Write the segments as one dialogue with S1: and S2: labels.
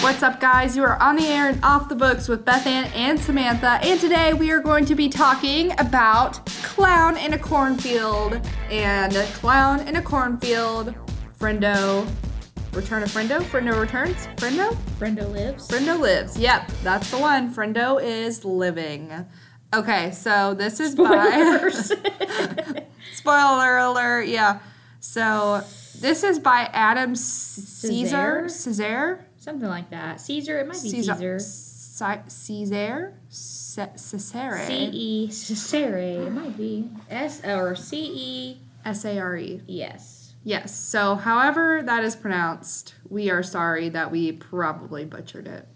S1: What's up, guys? You are on the air and off the books with Beth Ann and Samantha, and today we are going to be talking about clown in a cornfield and clown in a cornfield. Friendo, return of Friendo. Friendo returns. Friendo.
S2: Brenda lives.
S1: Friendo lives. Yep, that's the one. Friendo is living. Okay, so this is
S2: Spoilers.
S1: by spoiler alert. Yeah, so this is by Adam Caesar.
S2: Césaire?
S1: Caesar.
S2: Something like that. Caesar. It might be
S1: Caesar.
S2: Caesar.
S1: Caesar. Caesar. Ce-
S2: C
S1: Cesare.
S2: E Cesare. It might be S or C E.
S1: S A R E.
S2: Yes.
S1: Yes. So, however that is pronounced, we are sorry that we probably butchered it.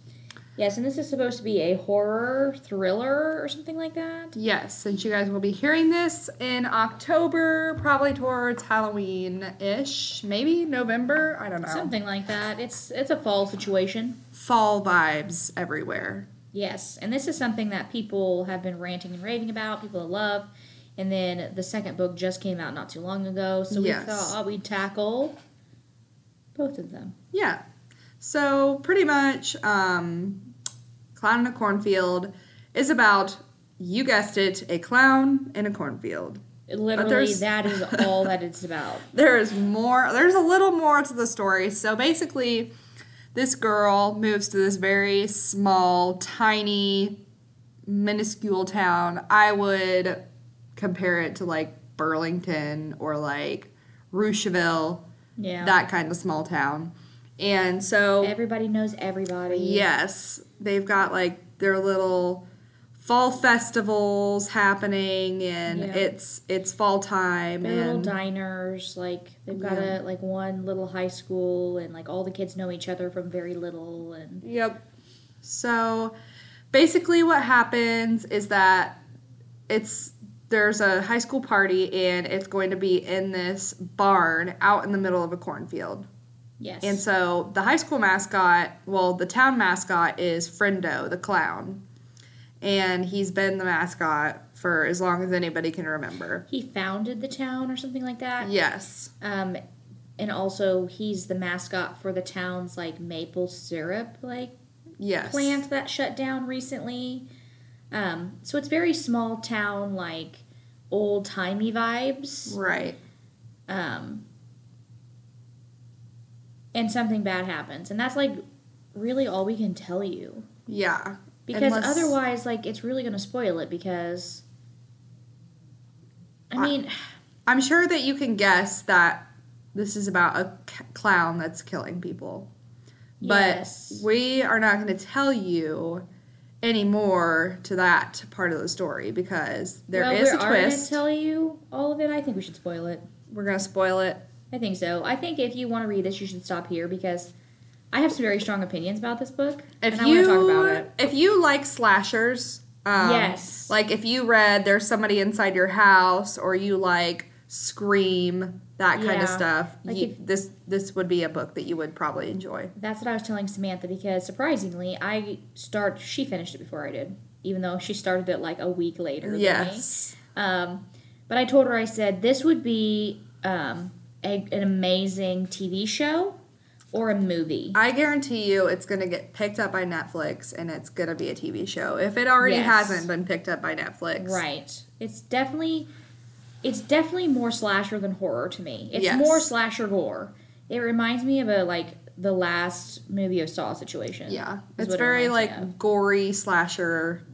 S2: Yes, and this is supposed to be a horror thriller or something like that.
S1: Yes, since you guys will be hearing this in October, probably towards Halloween ish, maybe November. I don't know.
S2: Something like that. It's it's a fall situation.
S1: Fall vibes everywhere.
S2: Yes, and this is something that people have been ranting and raving about. People that love. And then the second book just came out not too long ago, so
S1: Yes.
S2: we thought oh, we'd tackle both of them.
S1: Yeah. So pretty much, um, Clown in a Cornfield is about, you guessed it, a clown in a cornfield.
S2: Literally,
S1: there's-
S2: that is all that it's about.
S1: There is more, there's a little more to the story. So basically, this girl moves to this very small, tiny, minuscule town. I would compare it to like Burlington or like Rocheville,
S2: Yeah.
S1: that kind of small town. And so
S2: Everybody knows everybody.
S1: Yes. They've got like their little fall festivals happening and
S2: Yeah.
S1: it's it's fall time
S2: They're little
S1: and
S2: diners, like they've got
S1: Yeah.
S2: a like one little high school, and like all the kids know each other from very little, and
S1: Yep. So basically what happens is that it's there's a high school party and it's going to be in this barn out in the middle of a cornfield.
S2: yes,
S1: And so the high school mascot, well, the town mascot is Friendo, the clown. And he's been the mascot for as long as anybody can remember.
S2: he founded the town or something like that.
S1: Yes.
S2: Um, and also he's the mascot for the town's like maple syrup like
S1: Yes.
S2: plant that shut down recently. Um, so it's very small town, like old timey vibes.
S1: Right.
S2: um, and something bad happens. And that's like really all we can tell you.
S1: Yeah.
S2: Because
S1: Unless-
S2: otherwise, like, it's really going to spoil it because. I mean,
S1: I'm sure that you can guess that this is about a c- clown that's killing people. But
S2: yes.
S1: we are not going to tell you any more to that part of the story because there
S2: well,
S1: is
S2: we
S1: a
S2: are gonna
S1: twist.
S2: tell you all of it. I think we should spoil it.
S1: We're going to spoil it.
S2: I think so. I think if you want to read this, you should stop here because I have some very strong opinions about this book.
S1: If
S2: and I
S1: you
S2: want to talk about it.
S1: if you like slashers, um,
S2: Yes.
S1: Like if you read "There's Somebody Inside Your House" or you like Scream, that kind
S2: Yeah.
S1: of stuff,
S2: Like
S1: you, this this would be a book that you would probably enjoy.
S2: That's what I was telling Samantha because surprisingly, I start. She finished it before I did, even though she started it like a week later. than me.
S1: Yes,
S2: Um, but I told her I said this would be um, a, an amazing TV show or a movie.
S1: I guarantee you, it's gonna get picked up by Netflix, and it's gonna be a TV show if it already
S2: Yes.
S1: hasn't been picked up by Netflix.
S2: Right. It's definitely it's definitely more slasher than horror to me. It's
S1: Yes.
S2: more slasher gore. It reminds me of a like the last movie of Saw situation.
S1: Yeah,
S2: is
S1: it's
S2: what it
S1: very
S2: reminds
S1: like
S2: me of.
S1: gory slasher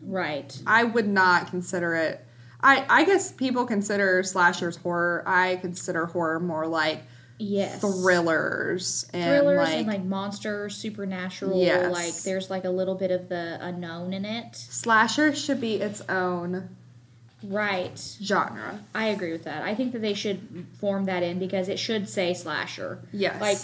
S2: right.
S1: I would not consider it. I, I guess people consider slashers horror. I consider horror more like
S2: Yes.
S1: thrillers and
S2: thrillers
S1: like,
S2: and like monster supernatural
S1: Yes.
S2: like there's like a little bit of the unknown in it
S1: slasher should be its own
S2: right
S1: genre.
S2: i agree with that i think that they should form that in because it should say slasher
S1: Yes.
S2: like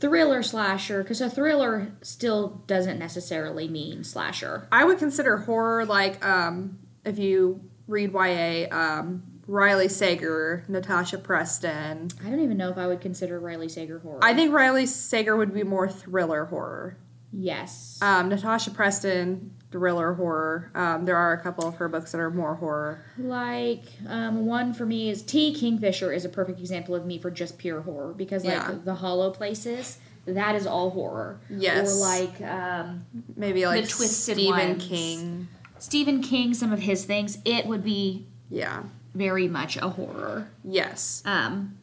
S2: thriller slasher because a thriller still doesn't necessarily mean slasher
S1: I would consider horror like um if you read YA um Riley Sager, Natasha Preston.
S2: i don't even know if i would consider riley sager horror
S1: I think Riley Sager would be more thriller horror.
S2: yes
S1: Um, Natasha Preston, thriller horror. Um, there are a couple of her books that are more horror.
S2: like um, one for me is t kingfisher is a perfect example of me for just pure horror because like
S1: Yeah.
S2: the hollow places that is all horror.
S1: Yes.
S2: Or like um,
S1: Maybe like
S2: twisted
S1: Stephen
S2: ones.
S1: King.
S2: Stephen King, some of his things, it would be
S1: Yeah.
S2: very much a horror.
S1: Yes.
S2: Um,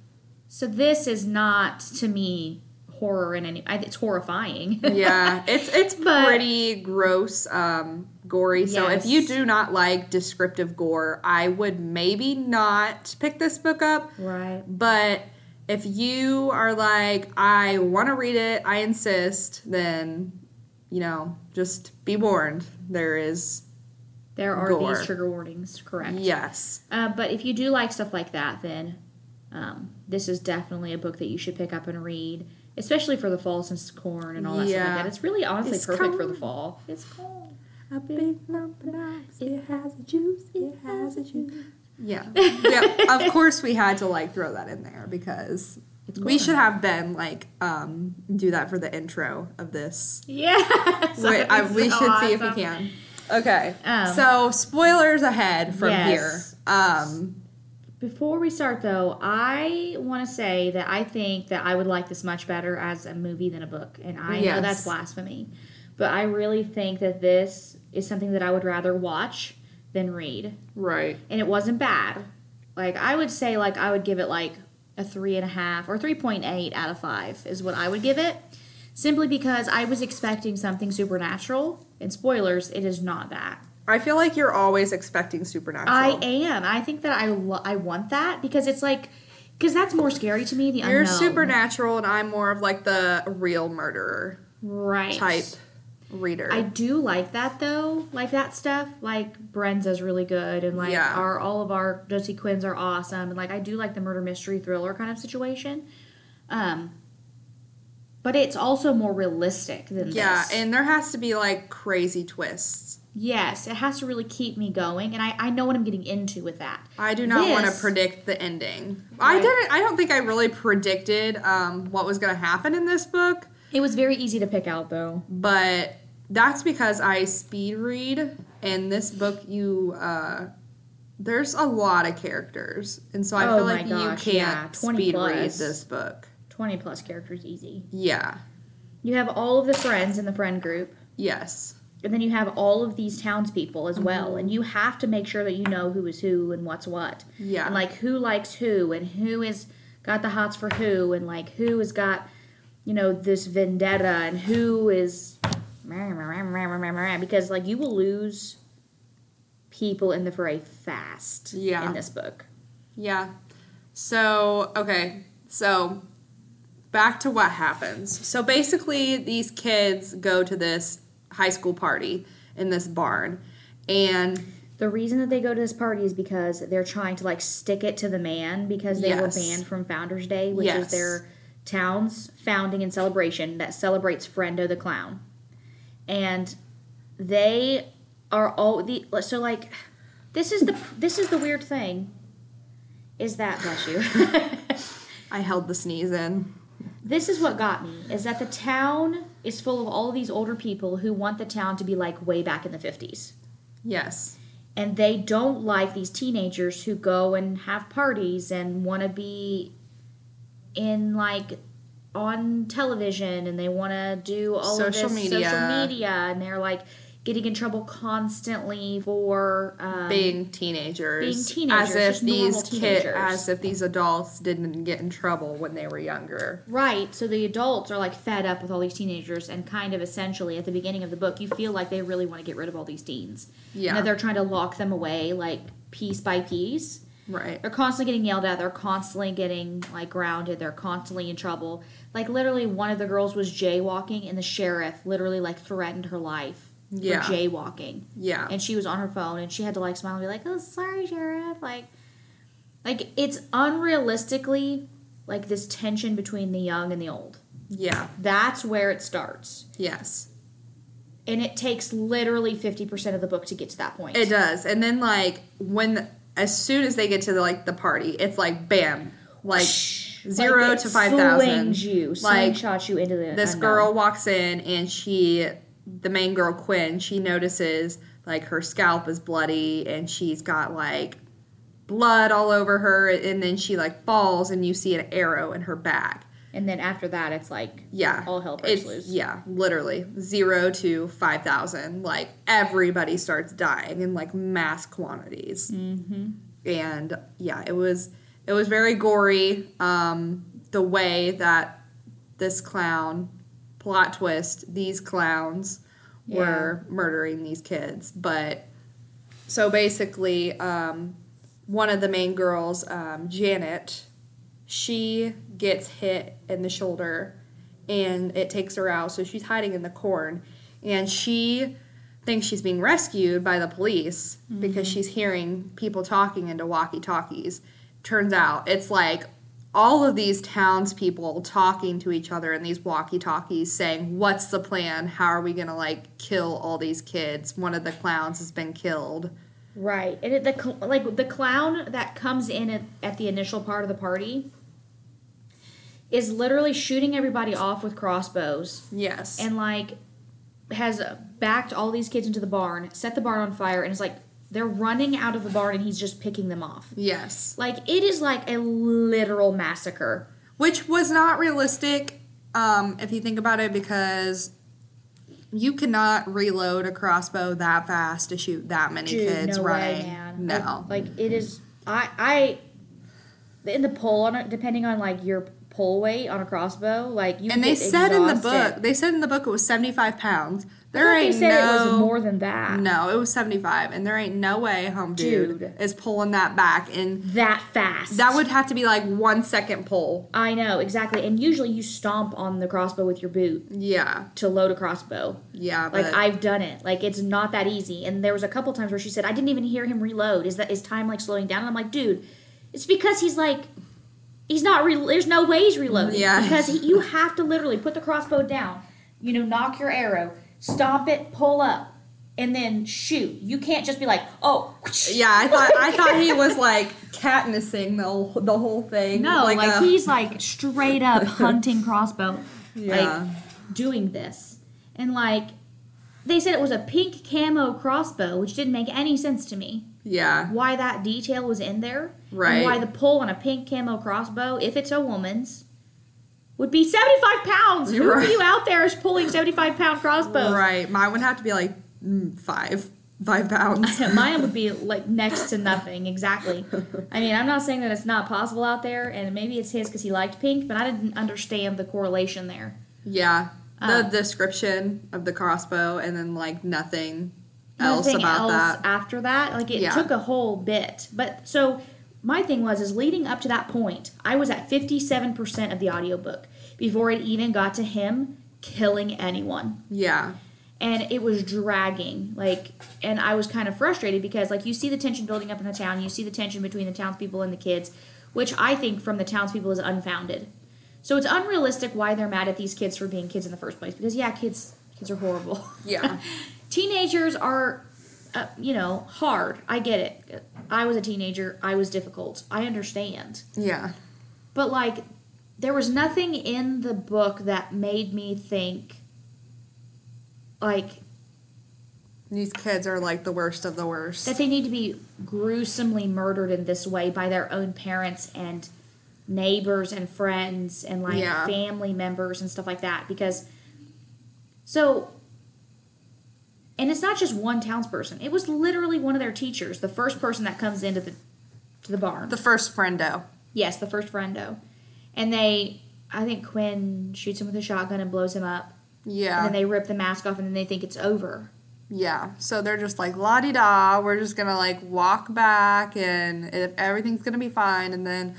S2: so this is not to me horror in any. I, it's horrifying.
S1: yeah, it's it's
S2: But-
S1: pretty gross, um, gory. So if you
S2: Yes.
S1: do not like descriptive gore, I would maybe not pick this book up.
S2: right.
S1: But if you are like, I want to read it, I insist, then you know, just be warned. There is
S2: There are
S1: Gore.
S2: these trigger warnings, correct?
S1: yes,
S2: Uh, but if you do like stuff like that, then um, this is definitely a book that you should pick up and read, especially for the fall since corn and all that stuff
S1: Yeah.
S2: like that. It's really honestly
S1: It's
S2: perfect for
S1: corn.
S2: the fall. It's corn.
S1: a big lump of knives. It has a juice. It has a juice. Yeah, yeah. of course, we had to like throw that in there because
S2: It's
S1: we should have Ben like um, do that for the intro of this.
S2: Yeah.
S1: Wait, I, we should see if we can. Okay.
S2: Um,
S1: so spoilers ahead from
S2: Yes.
S1: here. Um,
S2: Before we start, though, I want to say that I think that I would like this much better as a movie than a book, and I know
S1: Yes.
S2: that's blasphemy, but I really think that this is something that I would rather watch than read.
S1: right.
S2: and it wasn't bad. Like I would say, like I would give it like a three and a half or three point eight out of five is what I would give it, simply because I was expecting something supernatural. And spoilers, it is not that.
S1: I feel like you're always expecting supernatural.
S2: I am. I think that I lo- I want that because it's like because that's more scary to me. The
S1: you're
S2: unknown,
S1: supernatural, and I'm more of like the real murderer
S2: right
S1: type reader.
S2: I do like that though, like that stuff. Like Brenza's really good, and like
S1: Yeah.
S2: our all of our Josie Quinns are awesome, and like I do like the murder mystery thriller kind of situation. Um, but it's also more realistic than
S1: yeah,
S2: this.
S1: and there has to be like crazy twists.
S2: yes, it has to really keep me going, and I I know what I'm getting into with that.
S1: I do not want to
S2: This-
S1: predict the ending. I
S2: Right.
S1: didn't. I don't think I really predicted um, what was going to happen in this book.
S2: It was very easy to pick out though.
S1: but that's because I speed read, and this book you uh, there's a lot of characters, and so I
S2: Oh
S1: feel
S2: my
S1: like
S2: gosh,
S1: you
S2: yeah,
S1: can't
S2: 20
S1: speed read
S2: plus.
S1: this book.
S2: Twenty plus characters easy.
S1: Yeah.
S2: You have all of the friends in the friend group.
S1: Yes.
S2: And then you have all of these townspeople as well, and you have to make sure that you know who is who and what's what,
S1: Yeah.
S2: and like who likes who and who is got the hots for who, and like who has got, you know, this vendetta and who is, because like you will lose people in the fray fast
S1: Yeah.
S2: in this book.
S1: yeah. So okay. So back to what happens. So basically, these kids go to this high school party in this barn, and
S2: The reason that they go to this party is because they're trying to like stick it to the man because they
S1: Yes.
S2: were banned from Founders Day, which
S1: Yes.
S2: is their town's founding and celebration that celebrates Frendo the clown. And they are all the so like this is the this is the weird thing is that bless you.
S1: I held the sneeze in.
S2: this is what got me is that the town is full of all of these older people who want the town to be like way back in the 50s
S1: Yes.
S2: and they don't like these teenagers who go and have parties and want to be in like on television and they want to do all
S1: Social
S2: of this social
S1: media.
S2: media and they're like getting in trouble constantly for um,
S1: being teenagers,
S2: being teenagers,
S1: as if
S2: just normal
S1: these kids,
S2: teenagers.
S1: as if these adults didn't get in trouble when they were younger.
S2: right so the adults are like fed up with all these teenagers and kind of essentially at the beginning of the book you feel like they really want to get rid of all these teens and
S1: Yeah,
S2: that they're trying to lock them away like piece by piece
S1: right.
S2: They're constantly getting yelled at. They're constantly getting like grounded. They're constantly in trouble. Like literally, one of the girls was jaywalking, and the sheriff literally like threatened her life
S1: Yeah.
S2: for jaywalking.
S1: Yeah,
S2: And she was on her phone, and she had to like smile and be like, "Oh, sorry, sheriff." Like, like it's unrealistically like this tension between the young and the old.
S1: yeah,
S2: That's where it starts,
S1: yes,
S2: and it takes literally fifty percent of the book to get to that point.
S1: it does. And then like when, as soon as they get to the, like the party, it's like bam, like zero
S2: Like,
S1: to
S2: it
S1: five thousand.
S2: swings you,
S1: Like,
S2: slingshot you into the
S1: This
S2: unknown.
S1: girl walks in and she, the main girl Quinn, she notices like her scalp is bloody and she's got like blood all over her and then she like falls and you see an arrow in her back.
S2: and then after that, it's like
S1: Yeah.
S2: all hell breaks
S1: It's
S2: loose.
S1: yeah, literally zero to five thousand. Like everybody starts dying in like mass quantities, mm-hmm. and yeah, it was it was very gory. Um, the way that this clown plot twist, these clowns were murdering these kids, but so basically, um, one of the main girls, um, Janet, she gets hit in the shoulder and it takes her out. So she's hiding in the corn and she thinks she's being rescued by the police because she's hearing people talking into walkie talkies. Turns out it's like all of these townspeople talking to each other in these walkie talkies saying, What's the plan? How are we going to like kill all these kids? One of the clowns has been killed.
S2: Right, and it, the cl- like the clown that comes in at, at the initial part of the party is literally shooting everybody off with crossbows
S1: Yes.
S2: and like has backed all these kids into the barn, set the barn on fire, and it's like they're running out of the barn and he's just picking them off.
S1: yes.
S2: Like it is like a literal massacre.
S1: which was not realistic um, if you think about it because you cannot reload a crossbow that fast to shoot that many kids
S2: no
S1: running
S2: way, man.
S1: no
S2: Like, like, it is. I I in the pull on it, depending on like your pull weight on a crossbow, like you.
S1: and they
S2: get
S1: said in the
S2: exhausted.
S1: book they said in the book it was 75 pounds there
S2: I thought
S1: ain't
S2: they said
S1: no
S2: it was more than that.
S1: no it was 75 and there ain't no way home dude,
S2: Dude.
S1: is pulling that back and
S2: That fast.
S1: that would have to be like one second pull
S2: I know exactly, and usually you stomp on the crossbow with your boot
S1: yeah
S2: to load a crossbow.
S1: yeah but
S2: Like I've done it. Like it's not that easy. And there was a couple times where she said, "I didn't even hear him reload. Is that is time like slowing down?" And I'm like, "Dude, it's because he's like, he's not. Re- there's no way he's reloading.
S1: Yeah.
S2: Because he, you have to literally put the crossbow down. You know, knock your arrow, stomp it, pull up, and then shoot. You can't just be like, oh,
S1: yeah i thought i thought he was like catnessing the whole, the whole thing uh,
S2: No, like,
S1: a-
S2: he's like straight up hunting crossbow,
S1: Yeah.
S2: like doing this, and like they said it was a pink camo crossbow, which didn't make any sense to me.
S1: yeah
S2: Why that detail was in there, and
S1: Right.
S2: why the pull on a pink camo crossbow, if it's a woman's, would be seventy five pounds. Who
S1: Right.
S2: are you out there is pulling seventy five pound crossbows?
S1: Right. Mine would have to be like mm, five, five pounds.
S2: Mine would be like next to nothing, exactly. I mean, I'm not saying that it's not possible out there, and maybe it's his because he liked pink, but I didn't understand the correlation there.
S1: yeah. The
S2: Um,
S1: description of the crossbow and then like nothing, else
S2: Nothing
S1: about
S2: else
S1: that.
S2: after that, like it
S1: Yeah.
S2: took a whole bit. But so my thing was is leading up to that point, I was at 57% of the audiobook before it even got to him killing anyone.
S1: Yeah.
S2: and it was dragging like and i was kind of frustrated because like you see the tension building up in the town you see the tension between the townspeople and the kids which i think from the townspeople is unfounded so it's unrealistic why they're mad at these kids for being kids in the first place because yeah kids kids are horrible
S1: Yeah.
S2: teenagers are uh, you know hard i get it i was a teenager i was difficult i understand
S1: Yeah.
S2: but like there was nothing in the book that made me think like
S1: These kids are like the worst of the worst.
S2: that they need to be gruesomely murdered in this way by their own parents and neighbors and friends and like
S1: Yeah.
S2: family members and stuff like that because so and it's not just one townsperson it was literally one of their teachers the first person that comes into the to the barn
S1: the first friendo.
S2: yes the first friendo and they i think quinn shoots him with a shotgun and blows him up and
S1: Yeah.
S2: then they rip the mask off and then they think it's over
S1: yeah. So they're just like, la di da, we're just going to like walk back and if everything's going to be fine. And then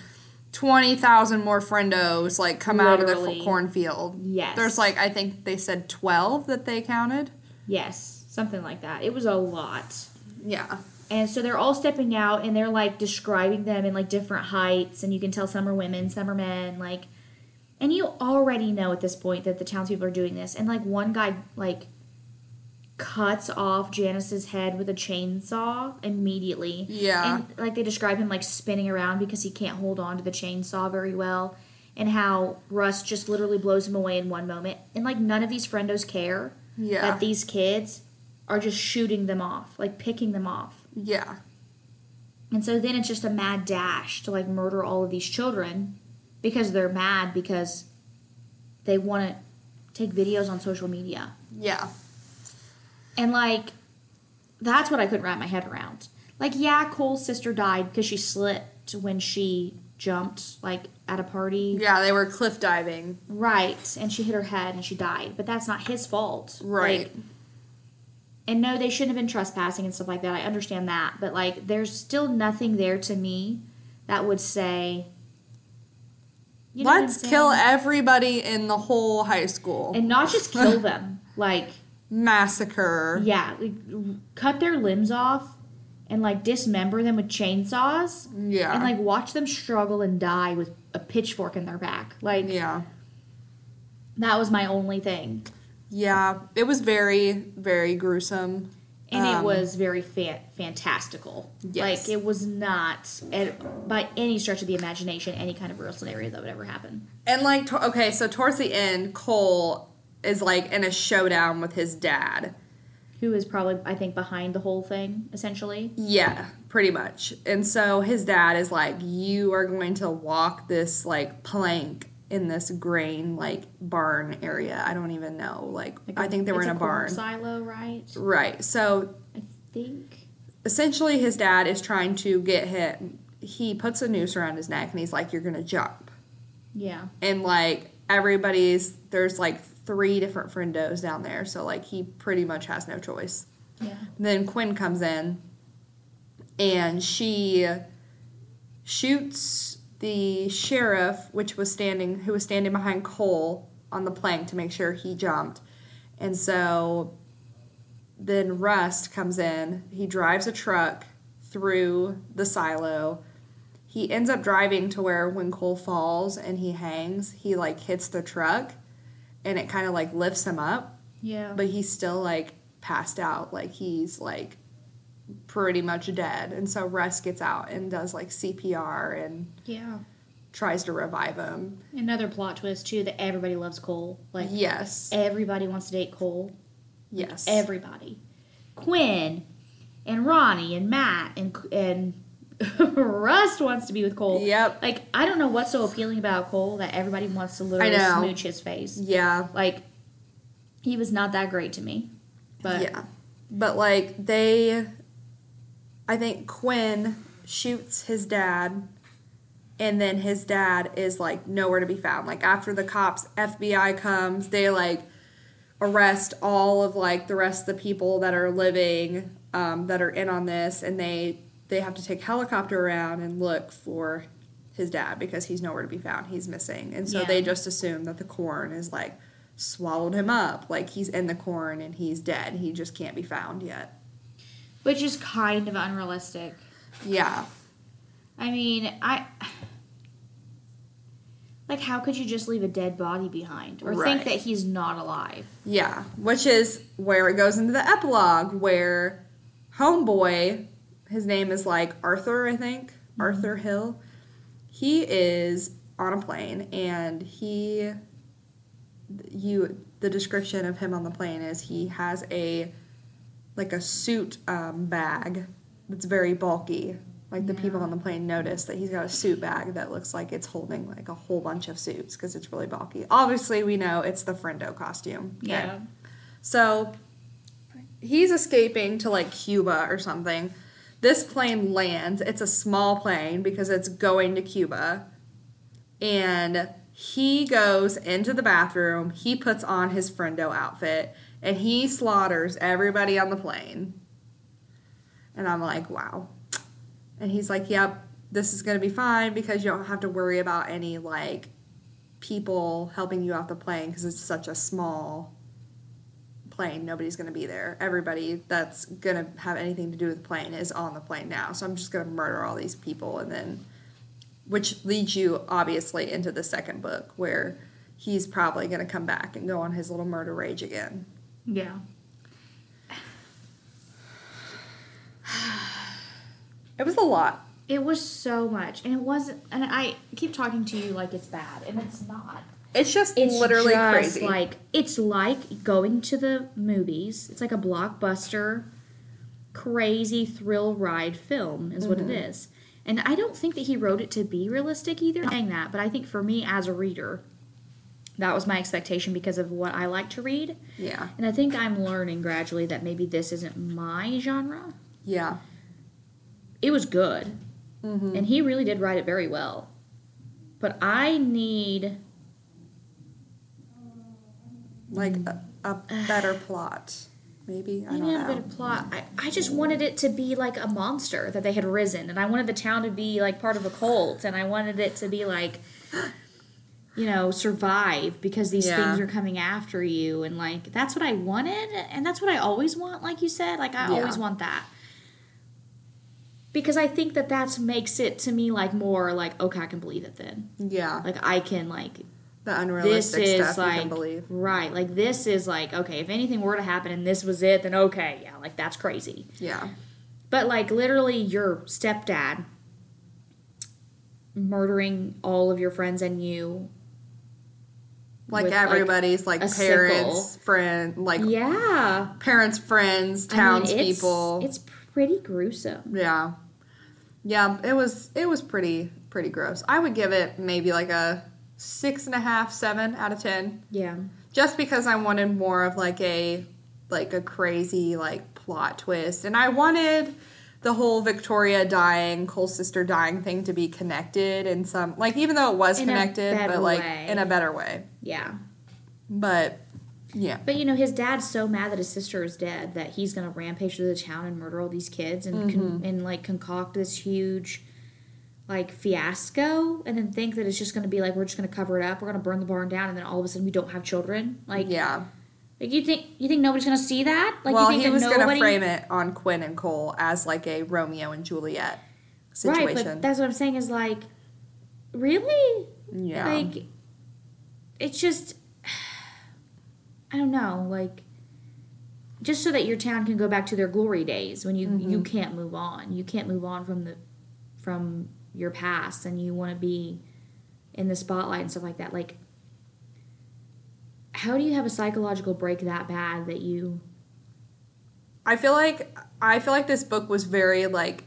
S1: 20,000 more friendos like come out of the
S2: Literally.
S1: f- cornfield.
S2: Yes.
S1: There's like, I think they said 12 that they counted.
S2: yes something like that it was a lot
S1: Yeah.
S2: And so they're all stepping out and they're like describing them in like different heights and you can tell some are women, some are men, like and you already know at this point that the townspeople are doing this. And like one guy like cuts off Janice's head with a chainsaw immediately.
S1: Yeah.
S2: And like they describe him like spinning around because he can't hold on to the chainsaw very well. And how Russ just literally blows him away in one moment. And like none of these friendos care
S1: Yeah.
S2: that these kids are just shooting them off, like picking them off.
S1: Yeah.
S2: And so then it's just a mad dash to like murder all of these children because they're mad because they want to take videos on social media.
S1: Yeah.
S2: And like, that's what I couldn't wrap my head around. Like, yeah, Cole's sister died because she slipped when she jumped, like at a party.
S1: Yeah, they were cliff diving.
S2: Right. And she hit her head and she died. But that's not his fault.
S1: Right.
S2: Like, and no, they shouldn't have been trespassing and stuff like that. I understand that. But like, there's still nothing there to me that would say. you know what I'm
S1: Let's kill
S2: saying?
S1: everybody in the whole high school.
S2: And not just kill them. Like,
S1: Massacre.
S2: Yeah, like, cut their limbs off and like dismember them with chainsaws
S1: Yeah.
S2: and like watch them struggle and die with a pitchfork in their back. Like
S1: yeah.
S2: that was my only thing.
S1: Yeah. It was very, very gruesome.
S2: And
S1: Um,
S2: it was very fa- fantastical.
S1: Yes.
S2: Like it was not at, by any stretch of the imagination any kind of real scenario that would ever happen.
S1: And like, to- okay, so towards the end, Cole is like in a showdown with his dad.
S2: Who is probably I think behind the whole thing essentially?
S1: Yeah, pretty much. And so his dad is like, You are going to walk this like plank in this grain like barn area. I don't even know. Like,
S2: Like,
S1: I think they were
S2: it's
S1: in a,
S2: corn
S1: barn.
S2: silo, right?
S1: Right. So
S2: I think.
S1: essentially his dad is trying to get him he puts a noose around his neck and he's like, You're gonna jump.
S2: Yeah.
S1: And like everybody's there's like three different friendos down there, so like he pretty much has no choice.
S2: Yeah.
S1: Then Quinn comes in and she shoots the sheriff which was standing who was standing behind Cole on the plank to make sure he jumped. And so then Rust comes in. He drives a truck through the silo. He ends up driving to where when Cole falls and he hangs, he like hits the truck and it kind of like lifts him up
S2: Yeah.
S1: but he's still like passed out like he's like pretty much dead and so russ gets out and does like cpr and
S2: yeah.
S1: tries to revive him
S2: Another plot twist too that everybody loves Cole. Like
S1: yes
S2: everybody wants to date Cole.
S1: yes
S2: Everybody. Quinn and Ronnie and Matt and and Rust wants to be with Cole.
S1: Yep.
S2: Like I don't know what's so appealing about Cole that everybody wants to literally
S1: know.
S2: smooch his face.
S1: yeah
S2: Like he was not that great to me. But
S1: yeah but like they i think quinn shoots his dad and then his dad is like nowhere to be found like after the cops fbi comes they like arrest all of like the rest of the people that are living um, that are in on this and they they have to take helicopter around and look for his dad because he's nowhere to be found he's missing and so
S2: Yeah.
S1: they just assume that the corn is like swallowed him up like he's in the corn and he's dead he just can't be found yet
S2: which is kind of unrealistic.
S1: yeah
S2: I mean, I like how could you just leave a dead body behind or
S1: Right.
S2: think that he's not alive?
S1: Yeah, which is where it goes into the epilogue, where Homeboy, his name is like Arthur, I think, Arthur Hill, he is on a plane and he, you, the description of him on the plane is he has a, like a suit um, bag that's very bulky. Like the people on the plane notice that he's got a suit bag that looks like it's holding like a whole bunch of suits because it's really bulky. Obviously, we know it's the friendo costume. okay?
S2: Yeah.
S1: So he's escaping to like Cuba or something. This plane lands. It's a small plane because it's going to Cuba. And he goes into the bathroom. He puts on his friendo outfit and he slaughters everybody on the plane. And I'm like, wow. And he's like, yep, this is going to be fine because you don't have to worry about any like people helping you off the plane because it's such a small plane. Nobody's going to be there. Everybody that's going to have anything to do with the plane is on the plane now. So I'm just going to murder all these people. And then, which leads you obviously into the second book where he's probably going to come back and go on his little murder rage again.
S2: Yeah.
S1: It was a lot.
S2: It was so much, and it wasn't. And I keep talking to you like it's bad, and it's not.
S1: It's just
S2: It's
S1: literally
S2: just
S1: crazy.
S2: Like it's like going to the movies. It's like a blockbuster, crazy thrill ride film is what it
S1: Mm-hmm.
S2: is. And I don't think that he wrote it to be realistic either. Saying that, but I think for me as a reader, That was my expectation because of what I like to read.
S1: Yeah.
S2: And I think I'm learning gradually that maybe this isn't my genre.
S1: Yeah.
S2: It was good,
S1: Mm-hmm.
S2: and he really did write it very well. But I need
S1: Like a, a better plot, maybe. I
S2: maybe
S1: don't
S2: not a
S1: know.
S2: bit of plot. I, I just wanted it to be like a monster that they had risen, and I wanted the town to be like part of a cult, and I wanted it to be like, you know, survive because these
S1: Yeah.
S2: things are coming after you, and like that's what I wanted, and that's what I always want. Like you said, like I
S1: Yeah.
S2: always want that. Because I think that that's makes it to me like more like okay I can believe it then
S1: Yeah.
S2: like I can like
S1: The
S2: this
S1: unrealistic
S2: is
S1: stuff you
S2: like
S1: can believe.
S2: right like this is like okay if anything were to happen and this was it then okay yeah like that's crazy
S1: Yeah.
S2: but like literally your stepdad murdering all of your friends and you
S1: Like
S2: With, like,
S1: everybody's like,
S2: a sickle.
S1: parents, friend, like
S2: yeah
S1: parents, friends,
S2: I mean, it's-
S1: townspeople.
S2: it's, pretty gruesome
S1: yeah. Yeah. It was it was pretty pretty gross. I would give it maybe like a six and a half, seven out of ten.
S2: yeah
S1: just because I wanted more of like a like a crazy like plot twist and I wanted the whole Victoria dying, Cole's sister dying thing to be connected in some like even though it was
S2: In a
S1: connected
S2: better
S1: but like
S2: way.
S1: in a better way.
S2: yeah
S1: But yeah.
S2: but you know his dad's so mad that his sister is dead that he's gonna rampage through the town and murder all these kids and
S1: Mm-hmm.
S2: con- and like concoct this huge like fiasco and then think that it's just gonna be like we're just gonna cover it up we're gonna burn the barn down and then all of a sudden we don't have children like
S1: Yeah.
S2: Like you think you think nobody's gonna see that? Like
S1: well,
S2: you think
S1: he
S2: that
S1: was going to
S2: nobody-
S1: frame it on Quinn and Cole as like a Romeo and Juliet situation.
S2: right? But that's what I'm saying is like, really?
S1: yeah.
S2: Like, it's just I don't know. Like, just so that your town can go back to their glory days when you
S1: Mm-hmm.
S2: you can't move on. You can't move on from the from your past, and you want to be in the spotlight and stuff like that. Like, how do you have a psychological break that bad that you?
S1: I feel like I feel like this book was very like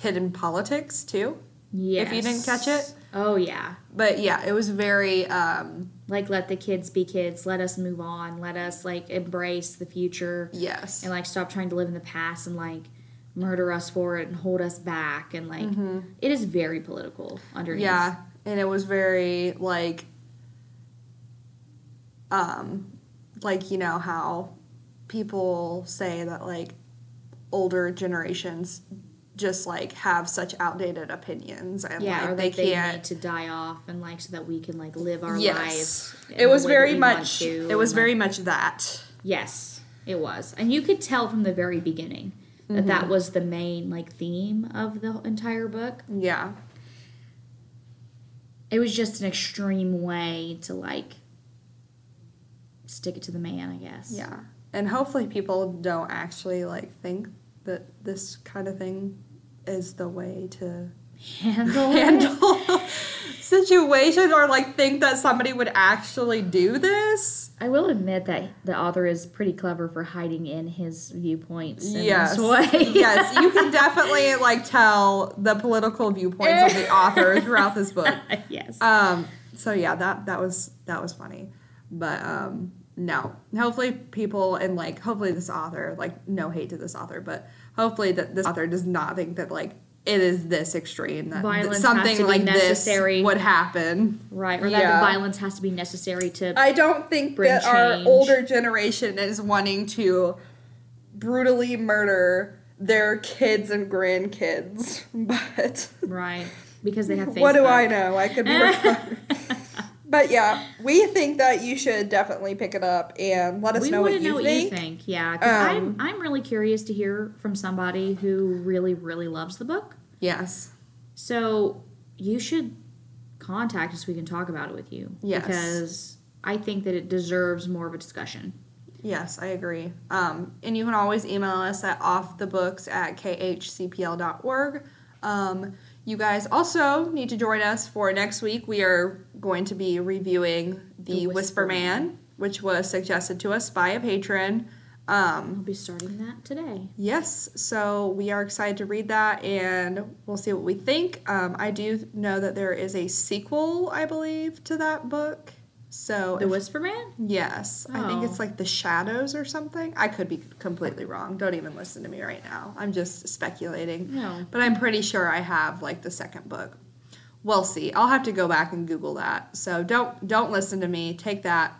S1: hidden politics too.
S2: Yes.
S1: you didn't catch it?
S2: Oh yeah.
S1: But yeah, it was very um
S2: like let the kids be kids let us move on let us like embrace the future
S1: Yes.
S2: and like stop trying to live in the past and like murder us for it and hold us back and like it is very political underneath
S1: Mm-hmm. yeah. And it was very like um like you know how people say that like older generations just like have such outdated opinions and
S2: yeah
S1: like
S2: or
S1: they
S2: like they,
S1: can't
S2: need to die off and like so that we can like live our
S1: yes
S2: lives in
S1: it was
S2: the way that
S1: very
S2: we want
S1: much
S2: to
S1: it was
S2: and, like,
S1: very much that
S2: Yes, it was. And you could tell from the very beginning that that
S1: Mm-hmm.
S2: was the main like theme of the entire book.
S1: yeah
S2: It was just an extreme way to like stick it to the man, I guess.
S1: yeah and hopefully people don't actually like think that this kind of thing is the way to
S2: Handle it.
S1: handle situation or like think that somebody would actually do this.
S2: I will admit that the author is pretty clever for hiding in his viewpoints in
S1: yes.
S2: this way.
S1: yes, you can definitely like tell the political viewpoints of the author throughout this book.
S2: yes.
S1: Um so yeah, that that was that was funny. But um no. Hopefully people and like hopefully this author, like no hate to this author, but hopefully that this author does not think that like it is this extreme that
S2: Violence has
S1: something
S2: to be
S1: like
S2: necessary.
S1: this would happen.
S2: right. Or that
S1: yeah.
S2: the violence has to be necessary to
S1: I don't think
S2: bring
S1: that our
S2: change.
S1: older generation is wanting to brutally murder their kids and grandkids. But
S2: right. Because they have Facebook.
S1: what do I know? I could be wrong. But yeah, we think that you should definitely pick it up and let us
S2: we
S1: know
S2: want
S1: what,
S2: to know
S1: you,
S2: what
S1: think.
S2: you think, yeah. 'cause
S1: Um,
S2: I'm I'm really curious to hear from somebody who really really loves the book.
S1: Yes.
S2: So you should contact us. We can talk about it with you.
S1: Yes.
S2: Because I think that it deserves more of a discussion.
S1: Yes, I agree. Um, and you can always email us at offthebooks at khcpl.org. Um, you guys also need to join us for next week. We are going to be reviewing The,
S2: The
S1: Whisper,
S2: Whisper
S1: Man, which was suggested to us by a patron.
S2: We'll
S1: Um,
S2: be starting that today.
S1: yes, so we are excited to read that and we'll see what we think. Um, I do know that there is a sequel, I believe, to that book. So
S2: The
S1: if-
S2: Whisper Man?
S1: yes, I think
S2: Oh.
S1: it's like the shadows or something. I could be completely wrong. Don't even listen to me right now. I'm just speculating.
S2: No.
S1: But I'm pretty sure I have like the second book. We'll see. I'll have to go back and Google that. So don't don't listen to me. Take that,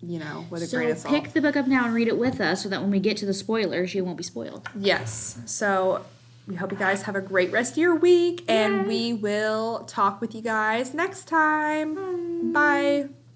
S1: you know, with a grain
S2: So
S1: of salt.
S2: pick the book up now and read it with us so that when we get to the spoilers, you won't be spoiled.
S1: Yes. So we hope you guys have a great rest of your week and we will talk with you guys next time. Bye.